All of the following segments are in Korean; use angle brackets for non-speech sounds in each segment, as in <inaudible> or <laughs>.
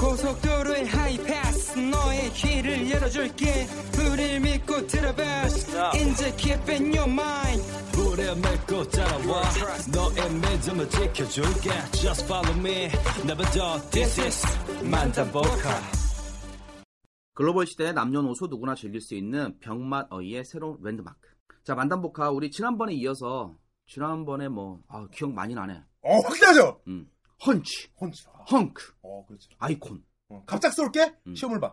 고속도로의 하이패스 너의 길을 열어줄게 우릴 믿고 들어봐 이제 keep in your mind 불에 맺고 따라와 너의 믿음을 지켜줄게 Just follow me Never do This is 만다보카 글로벌 시대에 남녀노소 누구나 즐길 수 있는 병맛 어이의 새로운 랜드마크. 자, 만담보카 우리 지난번에 이어서 지난번에 뭐 아, 기억 많이 나네. 어, 확실하죠? 음. 헌치, 혼자. 헝크, 어, 그렇죠. 아이콘, 어, 갑작스럽게 음. 시험을 봐.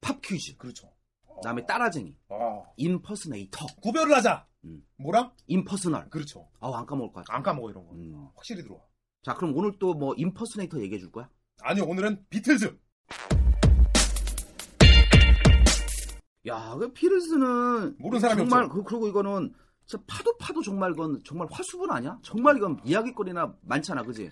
팝 퀴즈, 그렇죠. 어. 그다음에 따라쟁이, 아, 인퍼스네이터, 구별을 하자. 음. 뭐랑? 인퍼스널. 그렇죠. 아우 안 까먹을 것 같아. 안 까먹어 이런 거. 음. 확실히 들어와. 자, 그럼 오늘 또 뭐 인퍼스네이터 얘기해 줄 거야? 아니요, 오늘은 비틀즈. 야, 그 피를스는 모르는 사람이 정말 없죠. 그, 그리고 이거는 진짜 파도 파도 정말 건 정말 화수분 아니야? 정말 이건 이야기거리나 많잖아, 그지?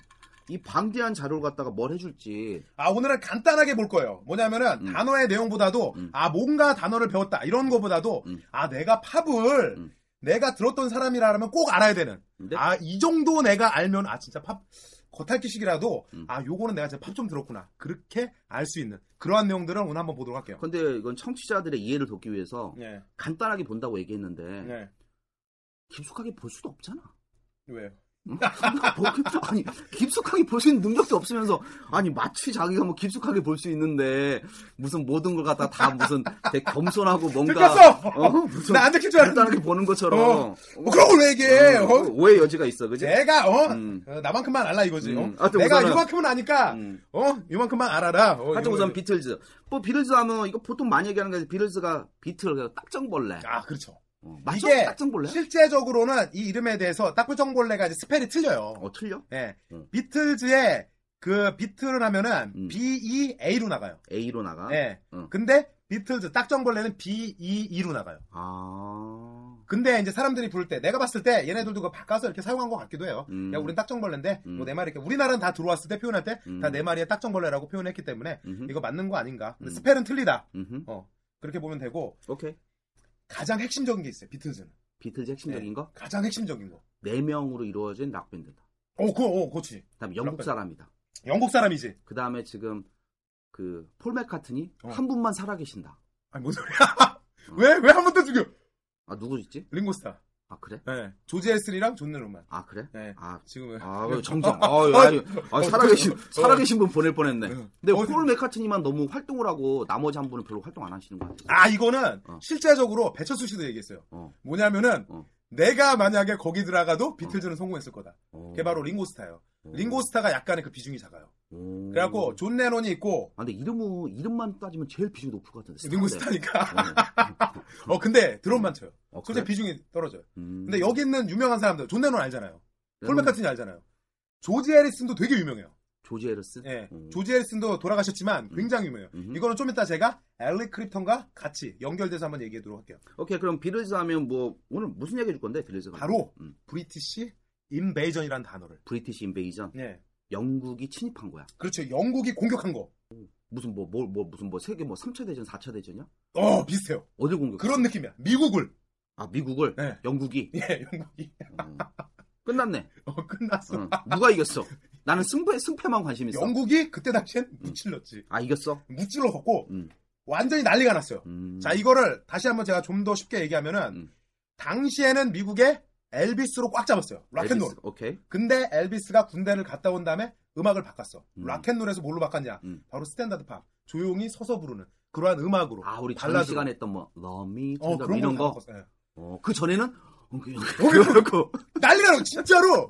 이 방대한 자료를 갖다가 뭘 해줄지 아, 오늘은 간단하게 볼 거예요. 뭐냐면은 음. 단어의 내용보다도 음. 아, 뭔가 단어를 배웠다. 이런 거보다도 음. 아, 내가 팝을 음. 네. 내가 들었던 사람이라면 꼭 알아야 되는. 근데 아, 이 정도 내가 알면 아, 진짜 팝 겉핥기식이라도 음. 아, 요거는 내가 진짜 팝 좀 들었구나. 그렇게 알 수 있는 그러한 내용들을 오늘 한번 보도록 할게요. 근데 이건 청취자들의 이해를 돕기 위해서 네. 간단하게 본다고 얘기했는데 네. 깊숙하게 볼 수도 없잖아. 왜요? <laughs> 음? 아니 깊숙하게 볼 수 있는 능력도 없으면서 아니 마치 자기가 뭐 깊숙하게 볼 수 있는데 무슨 모든 걸 갖다 다 무슨 되게 겸손하고 뭔가 들켰어! 어, 무슨 나 안 들킬 줄 알았는데. 간단하게 보는 것처럼 어, 뭐 그런 걸 왜 얘기해? 어, 어? 오해 여지가 있어 그지? 내가 어? 음. 어, 나만큼만 알라 이거지. 음. 어? 하여튼 내가 우선은- 이만큼은 아니까 음. 어 이만큼만 알아라. 어, 하여튼 이거- 우선 비틀즈 뭐 비틀즈 하면 이거 보통 많이 얘기하는 게 비틀즈가 비틀 딱정벌레 아 그렇죠. 어, 맞죠? 이게 딱정벌레? 실제적으로는 이 이름에 대해서 딱구정벌레가 이제 스펠이 틀려요. 어 틀려? 예, 음. 비틀즈의 그 비틀을 하면은 음. B E A로 나가요. A로 나가 예. 음. 근데 비틀즈 딱정벌레는 B E E로 나가요. 아 근데 이제 사람들이 부를 때 내가 봤을 때 얘네들도 그 바꿔서 이렇게 사용한 것 같기도 해요. 음. 야, 우린 딱정벌레인데 음. 뭐 내 말이 이렇게 우리나라는 다 들어왔을 때 표현할 때 다 음. 내 말이에 딱정벌레라고 표현했기 때문에 음흠. 이거 맞는 거 아닌가? 근데 음. 스펠은 틀리다. 음흠. 어 그렇게 보면 되고 오케이 가장 핵심적인 게 있어요. 비틀즈는 비틀즈 핵심적인 네. 거? 가장 핵심적인 거. 네명으로 이루어진 락밴드다 오, 그거, 오, 그렇지. 그다음 영국 락밴드. 사람이다 영국 사람이지. 그다음에 지금 그 폴 맥카트니 어. 한 분만 살아계신다 아니 뭔 소리야? <laughs> 왜, 왜 한 번 더 죽여? 아 누구였지? 링고스타. 아 그래? 네. 조지 헬슨이랑 존 르만. 아 그래? 네. <laughs> 아 지금은. 네. 아, 그럼 정정. 아, 예, 아니, 아, 살아계신, 살아계신 분 보낼 뻔했네. 근데 어, 폴 맥카트니만 너무 활동을 하고 나머지 한 분은 별로 활동 안 하시는 것 같아요. 아, 이거는 어. 실제적으로 배철수 씨도 얘기했어요. 어. 뭐냐면은 어. 내가 만약에 거기 들어가도 비틀즈는 성공했을 거다. 어. 그게 바로 링고스타예요. 어. 링고스타가 약간의 그 비중이 작아요. 오. 그래갖고 존 레논이 있고 아, 근데 이름은, 이름만 따지면 제일 비중이 높을 것 같은데. 네. 링고스타니까. 스타인데. <laughs> 어, 근데 드럼만 쳐요. 어, 그래? 그래? 비중이 떨어져요. 음. 근데 여기 있는 유명한 사람들 존 레논 알잖아요. 폴 레논, 맥카트니 알잖아요. 조지 해리슨도 되게 유명해요. 조지 에르스? 예, 음. 조지 해리슨도 돌아가셨지만 굉장히 유명해요. 음흠. 이거는 좀 이따 제가 엘리 크립턴과 같이 연결돼서 한번 얘기해도록 할게요. 오케이, 그럼 비틀즈 하면 뭐, 오늘 무슨 얘기 해줄 건데, 비틀즈가? 바로 음. 브리티시 인베이전이라는 단어를. 브리티시 인베이전. 예, 영국이 침입한 거야. 그렇죠. 영국이 공격한 거. 무슨 뭐, 뭐, 뭐, 무슨 뭐, 세계 뭐, 3차 대전, 4차 대전이야? 어, 비슷해요. 어딜 공격? 그런 느낌이야. 미국을. 아, 미국을? 네. 영국이? 예, 영국이. 어. 끝났네. 어, 끝났어. <laughs> 응. 누가 이겼어? 나는 승부에 승패만 관심 있어. 영국이 그때 당시엔 무찔렀지. 아 이겼어? 무찔러갖고 음. 완전히 난리가 났어요. 음. 자, 이거를 다시 한번 제가 좀 더 쉽게 얘기하면은 음. 당시에는 미국에 엘비스로 꽉 잡았어요. 락앤롤. 엘비스, 오케이. 근데 엘비스가 군대를 갔다 온 다음에 음악을 바꿨어. 음. 락앤롤에서 뭘로 바꿨냐? 음. 바로 스탠다드 팝. 조용히 서서 부르는 그러한 음악으로. 아 우리 전 발라드로. 시간 했던 뭐 러미 어, 그런 이런 거. 거. 바꿨어요. 어, 그 전에는 어, 그렇고. 난리가 나 진짜로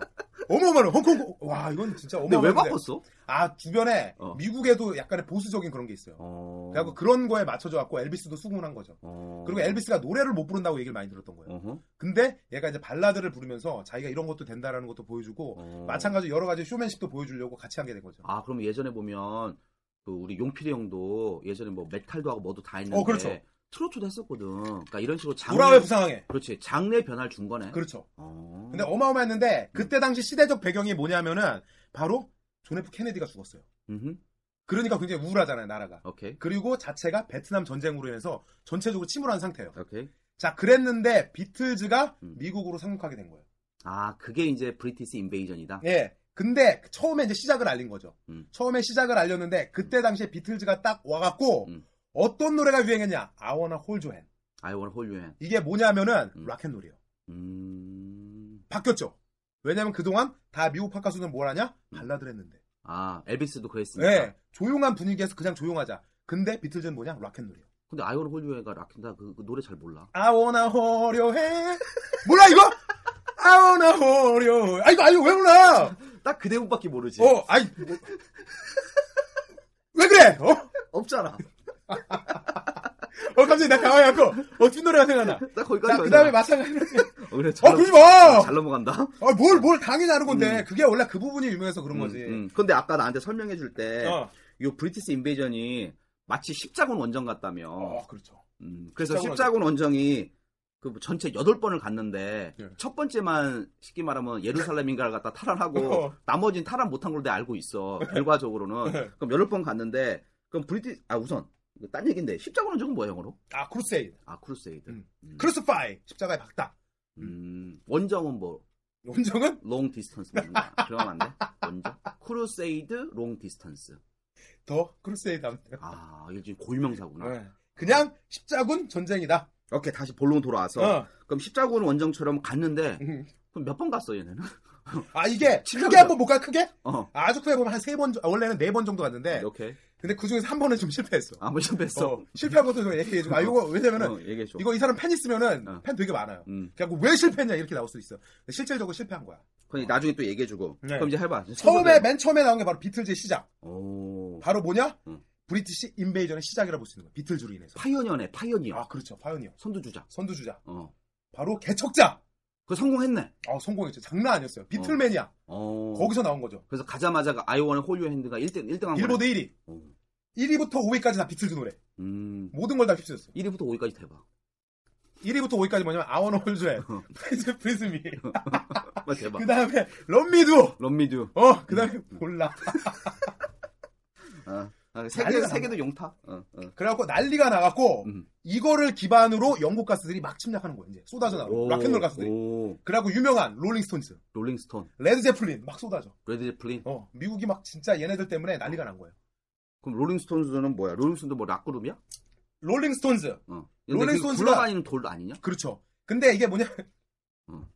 어마어마해 홍콩 와 이건 진짜 근데 어마어마 왜 바꿨어? 아 주변에 어. 미국에도 약간의 보수적인 그런 게 있어요 어. 그래갖고 그런 거에 맞춰져 갖고 엘비스도 수긍한 거죠 어. 그리고 엘비스가 노래를 못 부른다고 얘기를 많이 들었던 거예요 어허. 근데 얘가 이제 발라드를 부르면서 자기가 이런 것도 된다라는 것도 보여주고 어. 마찬가지로 여러 가지 쇼맨십도 보여주려고 같이 하게 된 거죠 아, 그럼 예전에 보면 그 우리 용필이 형도 예전에 뭐 메탈도 하고 뭐도 다 했는데 어, 그렇죠. 트로트도 했었거든. 그러니까 이런 식으로 장르 보라왜 부상하게 그렇지. 장르의 변화를 준 거네. 그렇죠 어. 근데 어마어마했는데 그때 당시 시대적 배경이 뭐냐면은 바로 존 F 케네디가 죽었어요 음흠. 그러니까 굉장히 우울하잖아요 나라가 오케이. 그리고 자체가 베트남 전쟁으로 인해서 전체적으로 침울한 상태예요. 오케이. 자, 그랬는데 비틀즈가 음. 미국으로 상륙하게 된 거예요. 아, 그게 이제 브리티시 인베이전이다. 예. 근데 처음에 이제 시작을 알린 거죠. 음. 처음에 시작을 알렸는데 그때 당시에 비틀즈가 딱 와갖고 음. 어떤 노래가 유행했냐? 아워나 홀조엔. I wanna hold you hand. 이게 뭐냐면은 음. 락앤롤이에요. 음. 바뀌었죠. 왜냐면 그동안 다 미국 팝 가수는 뭘 하냐? 발라드를 했는데. 아, 엘비스도 그랬으니까. 예. 조용한 분위기에서 그냥 조용하자. 근데 비틀즈는 뭐냐? 락앤롤이에요. 근데 I wanna hold you hand가 락킨다 그, 그 노래 잘 몰라. 아워나 호려해. <laughs> 몰라 이거? 아워나 호려해. 아 이거 아 이거 왜 몰라? 딱 그대 옷밖에 모르지. 어, 아이. 뭐- 왜 그래? 어? <laughs> 없잖아. 어, 갑자기 나 가만히 갖고, 어, 뒷노래가 생각나. <laughs> 딱 거기까지. 나, 그 다음에 마찬가지로. 어, 그래, 잘, 어, 그러지 마! 잘 넘어간다. 어, 뭘, 뭘 당연히 하는 건데. 그게 원래 그 부분이 유명해서 그런 거지. 음, 음. 근데 아까 나한테 설명해 줄 때, 어. 이 브리티스 인베이전이 마치 십자군 원정 같다며. 어, 그렇죠. 음, 그래서 십자군 십자군 원정이 그 전체 여덟 번을 갔는데 예. 첫 번째만 쉽게 말하면 예루살렘인가를 갖다 탈환하고 어. 나머지는 탈환 못한 걸 내가 알고 있어. 결과적으로는 예. 그럼 여덟 번 갔는데 그럼 브리티 아 우선 이거 딴 얘기인데 십자군 원정은 뭐야 영어로? 아, 크루세이드. 아 크루세이드. 음. 음. 크루스파이. 십자가에 박다. 음, 원정은 뭐 원정은? 롱 디스턴스 맞는 거야. 그러면 안 돼? 원정? 크루세이드 롱 디스턴스. 더 크루세이드 하면 돼요. 아, 이게 지금 고유명사구나. 네. 그냥 십자군 전쟁이다. 오케이, 다시 본론 돌아와서. 어. 그럼 십자군 원정처럼 갔는데, 음. 그럼 몇 번 갔어, 얘네는? <laughs> 아, 이게, 십자군. 크게 한번 못 가, 크게? 어. 아주 크게 보면 한 세 번, 아, 원래는 네 번 정도 갔는데, 이렇게. 근데 그 중에서 한 번은 좀 실패했어. 아무 좀 뺐어. 어, 실패한 것도 좀 얘기해줘. 아, 이거, 왜냐면은, 어, 얘기해줘. 이거 이 사람 팬 있으면은 어. 팬 되게 많아요. 음. 그래갖고 왜 실패했냐 이렇게 나올 수도 있어. 근데 실질적으로 실패한 거야. 그럼 이제 나중에 또 얘기해주고. 네. 그럼 이제 해봐. 처음에 맨 처음에 나온 게 바로 비틀즈의 시작. 오. 바로 뭐냐? 음. 브리티시 인베이전의 시작이라고 볼 수 있는 거야. 비틀즈로 인해서. 파이어니어네, 파이어니어. 아 그렇죠. 파이어니어. 선두주자. 선두주자. 어. 바로 개척자. 그거 성공했네. 아 성공했죠. 장난 아니었어요. 비틀매니아. 어. 거기서 나온 거죠. 그래서 가자마자 아이원의 홀유 핸드가 1등, 1등 한 거네. 빌보드 1위. 어. 1위부터 5위까지 다 비틀즈 노래. 음. 모든 걸 다 휩쓸었어. 1위부터 5위까지 대박. 1위부터 5위까지 뭐냐면 아원 홀즈의 어. 프리즈 <laughs> 프리즈미. 정말 대박. 그 다음에 런미두. 런미듀. 어, 그 다음에 몰라. 어. 아, 난리가 세계, 났네. 세계도 용타. 어, 어. 그래갖고 난리가 나갖고 음. 이거를 기반으로 영국 가수들이 막 침략하는 거예요. 이제 쏟아져 나오고 오, 락앤롤 가수들이. 오, 그래갖고 유명한 롤링스톤즈, 롤링스톤, 레드 제플린 막 쏟아져. 레드 제플린. 어, 미국이 막 진짜 얘네들 때문에 난리가 난 거예요. 그럼 롤링스톤즈는 뭐야? 롤링스톤도 뭐 락그룹이야? 롤링스톤즈. 어. 롤링스톤즈가- 굴러다니는 돌 아니냐? 그렇죠. 근데 이게 뭐냐? 음.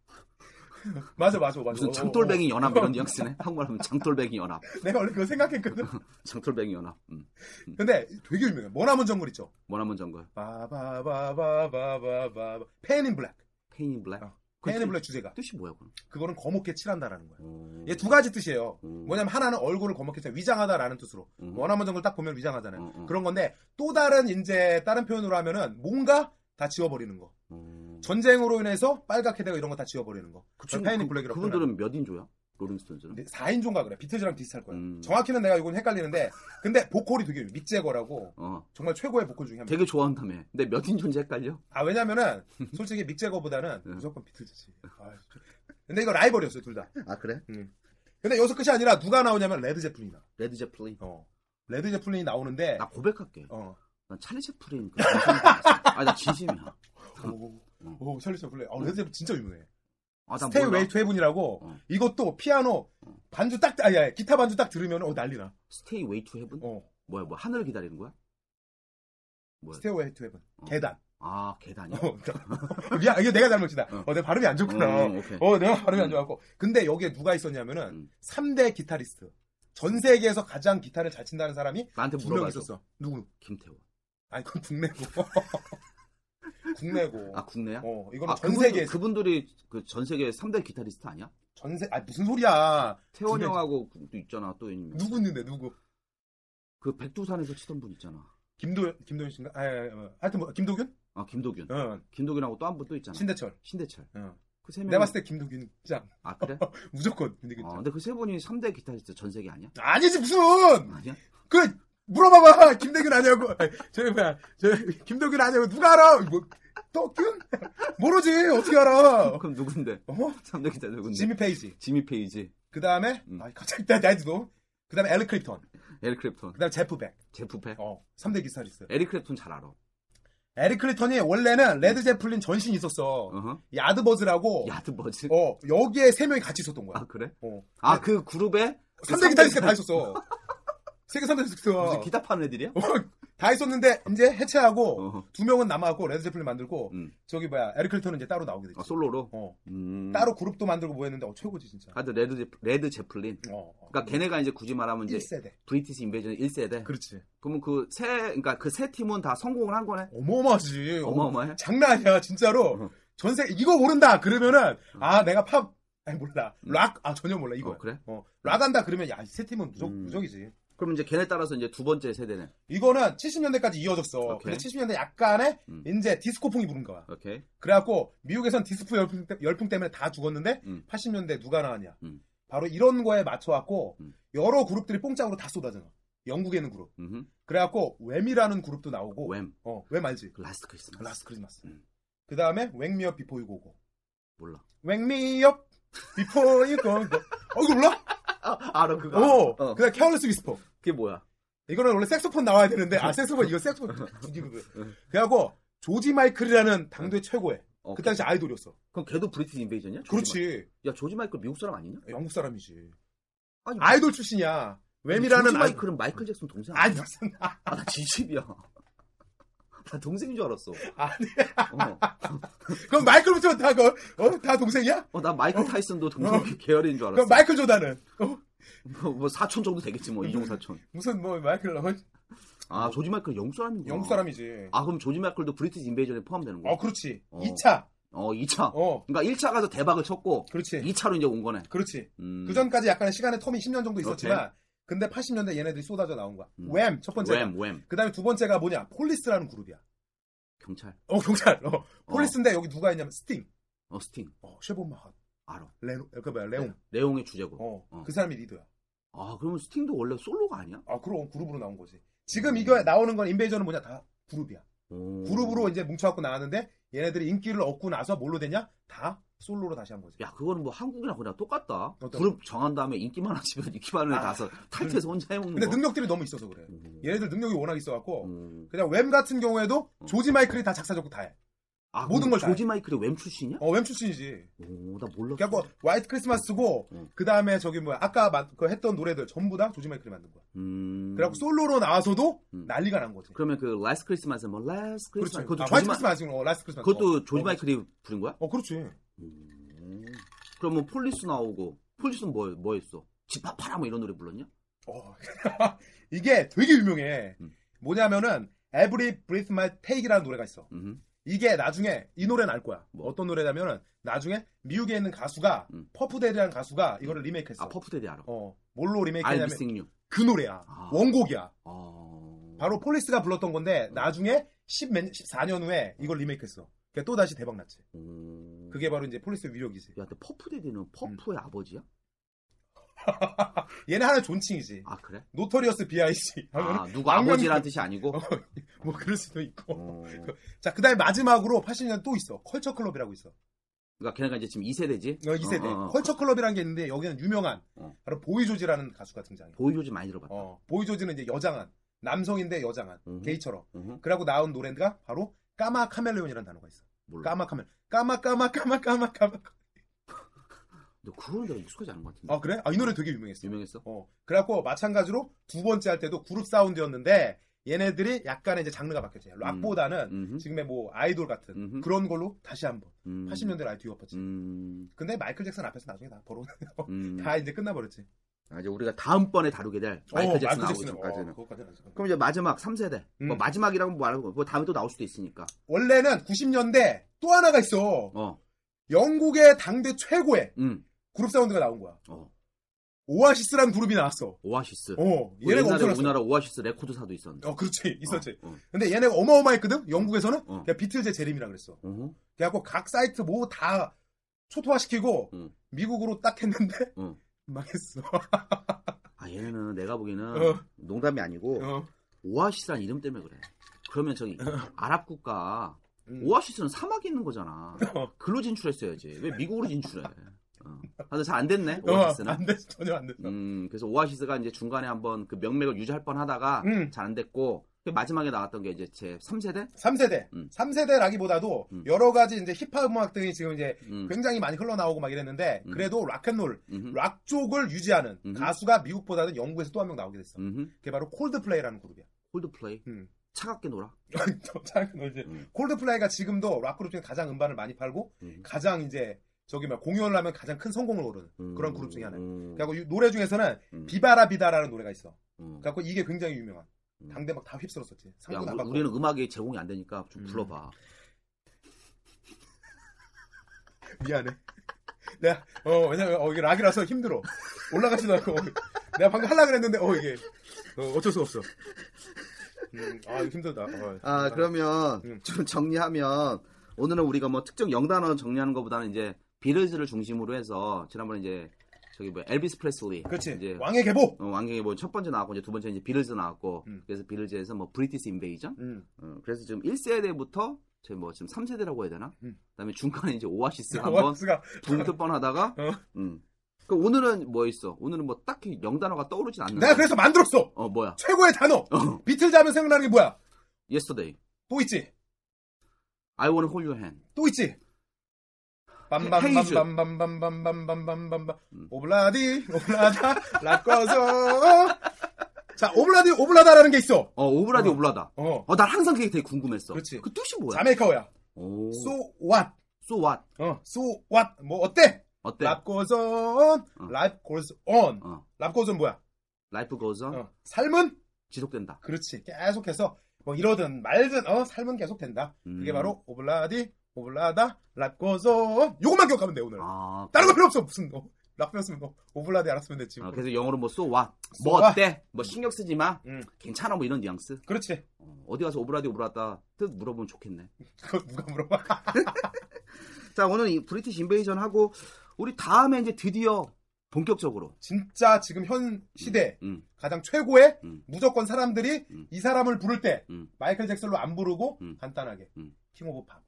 <laughs> 맞아, 맞아, 맞아. 무슨 어, 장돌뱅이 어, 어. 연합 <laughs> 이런 뉘앙스네. 한국말 하면 장돌뱅이 연합. 내가 원래 그거 <laughs> 생각했거든. 장돌뱅이 연합. 음. 뭐 근데 되게 유명해. 머나먼 정글 있죠. 원하면 정글. 바바바바바바바. 페인 블랙. 페인 인 블랙. 어, 페인 블랙 주제가. 뜻이 뭐야 어. 그럼? 그거는 검게 칠한다라는 거예요. 오. 얘 두 가지 뜻이에요. 음. 뭐냐면 하나는 얼굴을 검게 칠, 위장하다라는 뜻으로. 음. 원하면 정글 딱 보면 위장하잖아요. 음, 음. 그런 건데 또 다른 이제 다른 표현으로 하면은 뭔가 다 지워버리는 거. 음. 전쟁으로 인해서 빨갛게 되고 이런 거 다 지워버리는 거. 그 친구, 페인 그- 블랙이라고. 네. 그분들은 몇 인조야? 롤링스톤즈는? 4인조인가 그래. 비틀즈랑 비슷할 거야. 음. 정확히는 내가 이건 헷갈리는데 근데 보컬이 되게 유명해. 믹제거라고 어. 정말 최고의 보컬 중에 한 명. 되게 좋아한다며. 근데 몇 인조인지 헷갈려? 아 왜냐면은 솔직히 믹제거보다는 음. 무조건 <laughs> 비틀즈지. 아유. 근데 이거 라이벌이었어요 둘 다. 아 그래? 근데 여기서 끝이 아니라 누가 나오냐면 레드 제플린이 나. 레드 제플린. 어. 레드 제플린이 나오는데 나 고백할게. 어. 난 찰리 제플린. 그 진심인 줄 알았어. 아니 나 진심이야. 오. 오, 찰리 제플린. 아, 레드 제플린 진짜 유명해. 아나 스테이 몰라. 웨이 투 헤븐이라고 어. 이것도 피아노 반주 딱 아니 아니 기타 반주 딱 들으면 어 난리 나. 스테이 웨이 투 헤븐? 어. 뭐야 뭐 하늘을 기다리는 거야? 뭐야? 스테이 웨이 투 헤븐. 어. 계단. 아 계단이야? 어, <laughs> 미안, 이거 내가 잘못이다. 어. 어, 내 발음이 안 좋구나. 음, 오케이. 어, 내가 발음이 안 음. 좋았고. 근데 여기에 누가 있었냐면은 음. 3대 기타리스트. 전 세계에서 가장 기타를 잘 친다는 사람이 나한테 두 명 물어봐 줘. 있었어. 누구? 김태원. 아니, 그건 <laughs> 국내고. 국내고. 아 국내야? 어, 이거는 아, 전 그분, 세계 그분들이 그 전 세계 3대 기타리스트 아니야? 전세 아 무슨 소리야? 태원 국내- 형하고 또 있잖아 또 있는 누구 있는데 누구? 그 백두산에서 치던 분 있잖아. 김도 김도현 씨인가? 아, 예, 예, 어. 하여튼 뭐 김도균? 아 김도균. 응. 김도균하고 또 한 분 또 있잖아. 어? 신대철. 신대철. 응. 그 세 명. 내가 봤을 그렇죠. 때 김도균 짱. 아 <laughs> 그래? 무조건 김도균 아, 짱. 근데 그 세 분이 3대 기타리스트 전 세계 아니야? 아니지 무슨? 아니야? 그 물어봐봐 <laughs> 김대균 아니냐고 아니, 저기 뭐야 저 김대균 아니냐고 누가 알아 뭐 떡균 모르지 어떻게 <laughs> 알아 그럼 누군데? 어 3대 기타 누군데? 지미 페이지 지미 페이지, 그 다음에 음. 아 갑자기 나 나이도 그 다음에 에릭 클립턴 에릭 크랩톤, 그 다음에 제프 백어 어. 제프 페. 3대 기타리스트 에릭 크랩톤 잘 알아. 에릭 클립턴이 원래는 레드 제플린 전신이 있었어 어허. 야드버즈라고 야드 뭐지? 어 여기에 세 명이 같이 있었던 거야 아 그래? 어. 아 그 그룹에 3대 기타리스트가 다 <laughs> 있었어 세계 3대 기타리스트 무슨 기타 파는 어. 애들이야? 다 있었는데 이제 해체하고 어. 두 명은 남아갖고 레드 제플린 만들고 음. 저기 뭐야 에릭 클립턴은 이제 따로 나오게 됐지 아, 솔로로. 어. 음. 따로 그룹도 만들고 뭐 했는데 어, 최고지 진짜. 하여튼 레드 제, 레드 제플린. 어, 어. 그러니까 걔네가 이제 굳이 말하면 이제 1세대. 브리티시 인베이전 1세대. 그렇지. 그러면 그 세 그러니까 그 세 팀은 다 성공을 한 거네. 어마어마하지. 어마어마해? 장난 아니야 진짜로. 어. 전세 이거 모른다 그러면은 아 내가 팝 아니 몰라 음. 락 아 전혀 몰라 이거. 어, 그래? 어, 락 한다 그러면 야 세 팀은 무적 음. 무적이지. 그럼 이제 걔네 따라서 이제 두 번째 세대네. 이거는 70년대까지 이어졌어. 오케이. 근데 70년대 약간의 음. 이제 디스코풍이 부른 거야. 오케이. 그래갖고 미국에선 디스코 열풍, 때- 열풍 때문에 다 죽었는데 음. 80년대 누가 나왔냐. 음. 바로 이런 거에 맞춰갖고 음. 여러 그룹들이 뽕짝으로 다 쏟아져. 영국에는 그룹. 음흠. 그래갖고 웸이라는 그룹도 나오고 웸. 어, 웸 알지? 그 라스트 크리스마스. 라스트 크리스마스 음. 그 다음에 웽미업 비포 유고고 몰라. 웽미업 비포 유고고 어 이거 몰라? 아, 알아 그거. 어, 알아. 어. 그 다음 케어리스 위스퍼 그게 뭐야? 이거는 원래 색소폰 나와야 되는데 아 색소폰 이거 색소폰 <laughs> 죽이거든 그래갖고 조지 마이클이라는 당대 최고의 어, 그 당시 아이돌이었어 그럼 걔도 브리티시 인베이전이야? 조지 마이클. 그렇지 야 조지 마이클 미국 사람 아니냐? 영국 사람이지 아니, 아이돌 출신이야 웸이라는 조지 아이- 마이클은 마이클 잭슨 동생 아니야? 아니 무슨 아, 아, 나 진심이야. <laughs> 나 동생인 줄 알았어. 아니 어. 그럼 마이클 부터 다, 그, 어? 다 동생이야? 어, 나 마이클 타이슨도 동생 어. <laughs> 계열인 줄 알았어. 그럼 마이클 조단은 어? 뭐, 뭐 사촌 정도 되겠지 뭐 네. 이종 사촌. 무슨 뭐 마이클 어? 아 조지 마이클 영국 사람이구나. 영국 사람이지 아 그럼 조지 마이클도 브리티시 인베이전에 포함되는 거야? 어, 그렇지. 어. 2차. 어 2차. 어, 그러니까 1차 가서 대박을 쳤고 그렇지. 2차로 이제 온 거네. 그렇지. 음. 그 전까지 약간의 시간의 텀이 10년 정도 있었지만, 근데 80년대 얘네들이 쏟아져 나온 거야. 음. 웸, 첫 번째. 웸, 웸. 그 다음에 두 번째가 뭐냐. 폴리스라는 그룹이야. 경찰. 어, 경찰. 어, 폴리스인데 여기 누가 있냐면, 스팅. 어 스팅. 어, 쉐본 마하. 알아. 레노, 그 뭐야, 레옹. 레옹의 주제곡. 어, 어. 그 사람이 리더야. 아 그러면 스팅도 원래 솔로가 아니야? 아, 그럼 그룹으로 나온 거지. 음. 지금 이거 나오는 건 인베이저는 뭐냐. 다 그룹이야. 오. 그룹으로 이제 뭉쳐갖고 나왔는데, 얘네들이 인기를 얻고 나서 뭘로 되냐? 다 솔로로 다시 한 거지. 야 그거는 뭐 한국이나 그냥 똑같다. 어떤- 그룹 정한 다음에 인기만 하시면 <laughs> 인기만을 아. 가서 탈퇴해서 혼자 해먹는 근데 예. 거. 능력들이 너무 있어서 그래. 뭐. 음. 얘네들 능력이 워낙 있어갖고, 음. 그냥 웸 같은 경우에도 어. 조지 마이클이 다 작사 작곡 다 해. 아, 모든 그럼 걸다 조지 마이클이 웸 출신이야? 어, 웸 출신이지. 오, 나 몰랐어. 그래갖고 화이트 크리스마스 쓰고 음. 그 다음에 저기 뭐야 아까 마- 그 했던 노래들 전부 다 조지 마이클이 만든 거야. 음. 그래갖고 솔로로 나와서도 음. 난리가 난 거지. 그러면 그 라스트 크리스마스 뭐 라스트 그렇지. 크리스마스 그것도 아, 조지 화이트 마 크리스마스 어, 라스트 크리스마스. 그것도 어. 조지 어, 마이클이 부른 거야? 어 그렇지. 음. 그러면 폴리스 나오고 폴리스는 뭐 뭐 했어? 집합하라 뭐 이런 노래 불렀냐? 어. <laughs> 이게 되게 유명해. 음. 뭐냐면은 Every Breath My Take이라는 노래가 있어. 음. 이게 나중에 이 노래는 알 거야. 뭐? 어떤 노래냐면은 나중에 미국에 있는 가수가 음. 퍼프데이라는 가수가 이거를 리메이크했어. 아 퍼프테디 알아. 어 뭘로 알비 리메이크했냐면 생류. 그 노래야. 아. 원곡이야. 어. 바로 폴리스가 불렀던 건데 나중에 10 몇- 14년 후에 이걸 리메이크했어. 그러니까 또 다시 대박 났지. 음. 그게 음. 바로 이제 폴리스의 위력이지. 야, 근데 퍼프데디는 퍼프의 아버지야? 얘네 하나 의 존칭이지. 아 그래? 노토리어스 B.I.C. 하면 아 누가 악명- 아버지라는 뜻이 <laughs> 아니고? 뭐 그럴 수도 있고. 어. 자 그다음에 마지막으로 80년 또 있어. 컬처 클럽이라고 있어. 그러니까 걔네가 이제 지금 2세대지? 어, 2세대. 어, 어. 컬처 클럽이라는 게 있는데 여기는 유명한 어. 바로 보이 조지라는 가수가 등장해. 보이조지 많이 들어봤다. 어, 보이 조지는 이제 여장한 남성인데 여장한 음. 게이처럼. 음. 그러고 나온 노래가 바로 까마 카멜레온이라는 단어가 있어. 몰라. 까마 카멜. 까마 까마 까마 까마 까마. 근데 그거는 내가 익숙하지 않은 것 같은데. 아 그래? 아 이 노래 되게 유명했어. 유명했어? 어. 그래갖고 마찬가지로 두 번째 할 때도 그룹 사운드였는데 얘네들이 약간의 이제 장르가 바뀌었지. 락보다는 음. 지금의 뭐 아이돌 같은 음흠. 그런 걸로 다시 한번 음. 80년대를 아예 뒤엎었지. 음. 근데 마이클 잭슨 앞에서 나중에 다 벌어 음. 다 이제 끝나버렸지. 아, 이제 우리가 다음번에 다루게 어, 될 마이클 잭슨 나오기 전까지는. 그것까지는 아직. 그럼 이제 마지막 3세대. 뭐 어. 음. 마지막이라고 말하고 뭐 다음에 또 나올 수도 있으니까. 원래는 90년대 또 하나가 있어. 어. 영국의 당대 최고의 음. 그룹 사운드가 나온 거야. 어. 오아시스라는 그룹이 나왔어. 오아시스. 어, 우리 얘네가 뭐 옛날에 엄청났어. 우리나라 오아시스 레코드사도 있었는데. 어, 그렇지, 있었지. 어, 어. 근데 얘네가 어마어마했거든? 영국에서는? 어. 그냥 비틀즈의 재림이라 그랬어. 어허. 그래갖고 각 사이트 뭐 다 초토화시키고, 음. 미국으로 딱 했는데, 음. <laughs> 망했어. 아, 얘네는 내가 보기에는 어. 농담이 아니고 어. 오아시스란 이름 때문에 그래. 그러면 저기 아랍 국가 음. 오아시스는 사막에 있는 거잖아. 어. 글로 진출했어야지. 왜 미국으로 진출해? 어. 하여튼 잘안 됐네. 어, 오아시스는. 안 됐어, 전혀 안 됐어. 음, 그래서 오아시스가 이제 중간에 한번 그 명맥을 유지할 뻔 하다가 음. 잘 안 됐고 그 마지막에 나왔던 게 이제 제 3세대? 3세대. 음. 3세대라기보다도 음. 여러 가지 이제 힙합 음악 등이 지금 이제 음. 굉장히 많이 흘러나오고 막 이랬는데 음. 그래도 락앤롤, 음흠. 락 쪽을 유지하는 음. 가수가 미국보다는 영국에서 또 한 명 나오게 됐어. 음흠. 그게 바로 콜드플레이라는 그룹이야. <laughs> 콜드플레이. 음. 차갑게 놀아. 또 작은 뭐 이제 음. 콜드플레이가 지금도 락 그룹 중에 가장 음반을 많이 팔고 음. 가장 이제 저기 막 공연을 하면 가장 큰 성공을 거두는 그런 음, 그룹 중에 하나예요. 음, 그리고 이 노래 중에서는 음, 비바라 비다라는 노래가 있어. 음. 그래갖고 이게 굉장히 유명한. 음. 당대 막 다 휩쓸었었지. 야, 상도 우리, 나갔고. 우리는 음악이 제공이 안 되니까 좀 음. 불러봐. 미안해. <laughs> 내가 어 왜냐면 어 이게 락이라서 힘들어. 올라가지도 않고 어, 내가 방금 하려 그랬는데 어 이게 어, 쩔수 없어. 음, 아 이거 힘들다. 어, 아, 그러면 음. 좀 정리하면 오늘은 우리가 뭐 특정 영단어 정리하는 것보다는 이제 비틀즈를 중심으로 해서 지난번에 이제 저기 뭐 엘비스 프레슬리 그렇지. 이제 왕의 계보. 어, 왕경이 뭐 첫 번째 나왔고 이제 두 번째 이제 비틀즈 나왔고 음. 그래서 비틀즈에서 뭐 브리티스 인베이전 음. 어, 그래서 지금 1세대부터 지금 뭐 지금 3세대라고 해야 되나? 음. 네, 그다음에 중간에 이제 오아시스 그 한번 오아스가 붕뜨 뻔하다가 어. 음. 그 오늘은 뭐 있어? 오늘은 뭐 딱히 영단어가 떠오르진 않는데. 내가 그래서 만들었어. 어 뭐야? 최고의 단어. 비틀즈 하면 생각나는 게 뭐야? Yesterday. 또 있지. I wanna hold your hand. 또 있지. 헤이즈. 빰빰빰빰빰빰빰빰빰빰 음. 오블라디 오블라다 라꿔서 자 오블라디 오블라다라는 게 있어. 어 오브라디 어. 오브라다. 어 어 난 항상 그게 되게 궁금했어. 그렇지. 그 뜻이 뭐야? 자메이카어야. 오. So, So what? what? 어, so what? 뭐 어때? 어때? 랍 goes on, 네. 어. life goes on. 어. 랍 goes on 뭐야? Life goes on. 어, 삶은 지속된다. 그렇지 계속해서 뭐 이러든 말든 어 삶은 계속 된다. 그게 음. 바로 오블라디 오블라다 랍 goes on. 요것만 기억하면 돼 오늘. 아. 다른 거 필요 없어 무슨 어, 랍 배웠으면 어, 오블라디 알았으면 됐지. 아, 그래서 영어로 뭐 so what? 뭐 what? 어때? 뭐 신경 쓰지 마. 음. 괜찮아 뭐 이런 뉘앙스. 그렇지. 어, 어디 가서 오브라디 오브라다 뜻 물어보면 좋겠네. 그거 누가 물어봐? <laughs> 자 오늘 이 브리티시 인베이전 하고 우리 다음에 이제 드디어 본격적으로 진짜 지금 현 시대 음, 가장 최고의 음. 무조건 사람들이 음. 이 사람을 부를 때 음. 마이클 잭슨로 안 부르고 음. 간단하게 음. 킹 오브 팝.